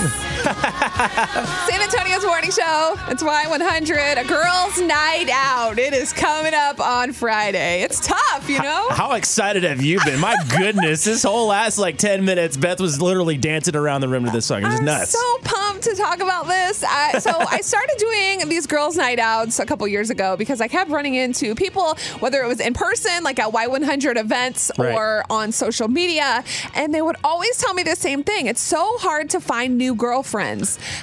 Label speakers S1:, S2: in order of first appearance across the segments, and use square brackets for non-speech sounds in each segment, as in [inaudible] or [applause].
S1: [laughs]
S2: San Antonio's Morning Show. It's Y100, a girls' night out. It is coming up on Friday. It's tough, you know?
S1: How excited have you been? My goodness, this whole last like 10 minutes, Beth was literally dancing around the rim to this song. It was
S2: I'm
S1: nuts.
S2: so pumped to talk about this. I,
S1: [laughs]
S2: so I started doing these girls' night outs a couple years ago because I kept running into people, whether it was in person, like at Y100 events,
S1: Right.
S2: or on social media, and they would always tell me the same thing. It's so hard to find new girlfriends.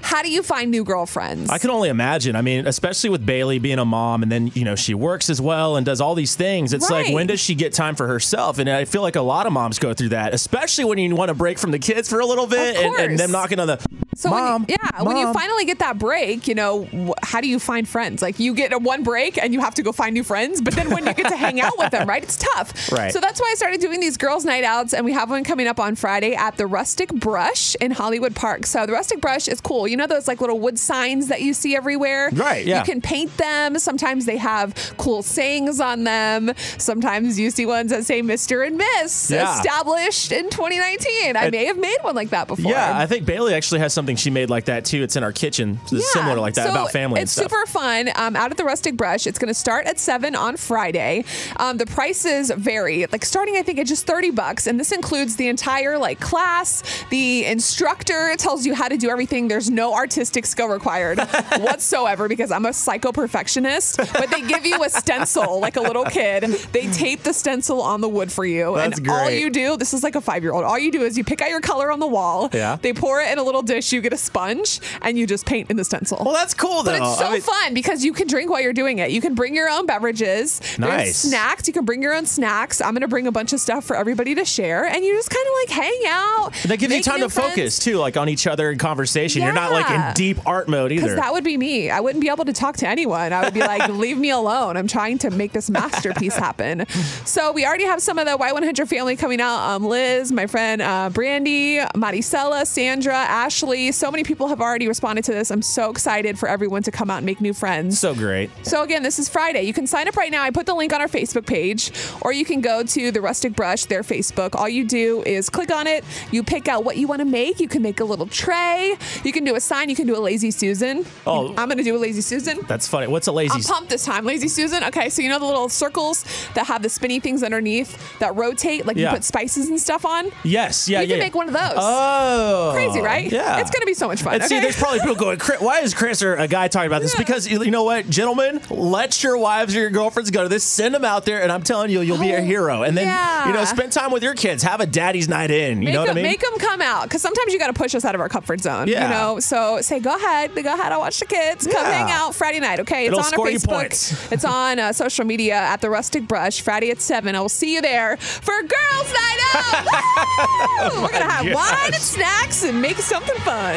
S2: How do you find new girlfriends?
S1: I can only imagine. I mean, especially with Bailey being a mom and then, you know, she works as well and does all these things. It's like,
S2: Right.
S1: when does she get time for herself? And I feel like a lot of moms go through that, especially when you want to break from the kids for a little bit
S2: Of
S1: and, and them
S2: course.
S1: knocking on the
S2: So
S1: mom.
S2: when you, yeah, when you
S1: mom."
S2: finally get that break, you know, wh- how do you find friends? Like you get a one break and you have to go find new friends, but then when you get to hang out with them, right? It's tough.
S1: [laughs] Right.
S2: So that's why I started doing these girls' night outs, and we have one coming up on Friday at the Rustic Brush in Hollywood Park. So the Rustic Brush is cool. You know those like little wood signs that you see everywhere.
S1: Right, yeah.
S2: You can paint them. Sometimes they have cool sayings on them. Sometimes you see ones that say Mister and Miss
S1: Yeah.
S2: established in 2019. I
S1: And-
S2: may have made one like that before.
S1: Yeah, I think Bailey actually has something she made like that too. It's in our kitchen, so it's
S2: Yeah.
S1: similar like that
S2: So
S1: about family
S2: It's
S1: and stuff.
S2: super fun. Um, out at the Rustic Brush. It's going to start at seven on Friday. Um, the prices vary, like starting I think at just thirty bucks, and this includes the entire like class. The instructor tells you how to do everything. There's no artistic skill
S1: [laughs]
S2: required whatsoever because I'm a psycho perfectionist. But they give you a stencil like a little kid. They tape the stencil on the wood for you,
S1: That's
S2: and all
S1: great.
S2: you do. This is like a five year old. All you do is you pick out your color on the wall.
S1: Yeah.
S2: They pour it in a little dish. You get a sponge, and you just paint in the stencil.
S1: well, that's cool though.
S2: But it's so
S1: I mean,
S2: fun because you can drink while you're doing it. You can bring your own beverages. There's
S1: Nice.
S2: snacks. You can bring your own snacks. I'm going to bring a bunch of stuff for everybody to share. And you just kind of like hang out.
S1: and that gives you
S2: make
S1: time
S2: new
S1: to
S2: friends.
S1: focus too, like on each other in conversation. You're not like
S2: Yeah.
S1: in deep art mode either.
S2: Because that would be me. I wouldn't be able to talk to anyone. I would be like, [laughs] leave me alone. I'm trying to make this masterpiece happen. So we already have some of the Y100 family coming out. Um, Liz, my friend uh, Brandy, Maricela, Sandra, Ashley. So many people have already responded to this. I'm so excited for everyone to come out and make new friends.
S1: so great.
S2: So again, this is Friday. You can sign up right now. I put the link on our Facebook page, or you can go to the Rustic Brush, their Facebook. All you do is click on it. You pick out what you want to make. You can make a little tray. You can do a sign. You can do a lazy Susan.
S1: Oh.
S2: I'm gonna do a lazy Susan.
S1: That's funny. What's a lazy?
S2: I'm pumped this time, Lazy Susan. Okay, so you know the little circles that have the spinny things underneath that rotate, like
S1: Yeah.
S2: you put spices and stuff on.
S1: yes, yeah,
S2: you
S1: yeah.
S2: can make one of those.
S1: Oh,
S2: Crazy, right?
S1: Yeah,
S2: It's gonna be so much fun.
S1: And see,
S2: okay?
S1: there's probably people going, "Chris- why is Chris or a guy talking about this?
S2: Yeah.
S1: Because you you know what, gentlemen, let your wives or your girlfriends go to this. Send them out there, and I'm telling you, you'll be a
S2: Oh,
S1: hero. And then you know,
S2: yeah.
S1: spend time with your kids. Have a daddy's night in. You
S2: Make
S1: know what I
S2: them,
S1: mean?
S2: make 'em come out because sometimes you got to push us out of our comfort zone.
S1: Yeah.
S2: You know, so say go ahead, go ahead. I'll watch the kids. Come
S1: Yeah.
S2: hang out Friday night. Okay, it's
S1: It'll
S2: on
S1: score
S2: our
S1: you points. [laughs]
S2: Facebook. it's on uh, social media at the Rustic Brush Friday at seven. I will see you there for
S1: [laughs]
S2: Girls Night Out. Woo! We're gonna have
S1: gosh.
S2: wine and snacks and make something fun.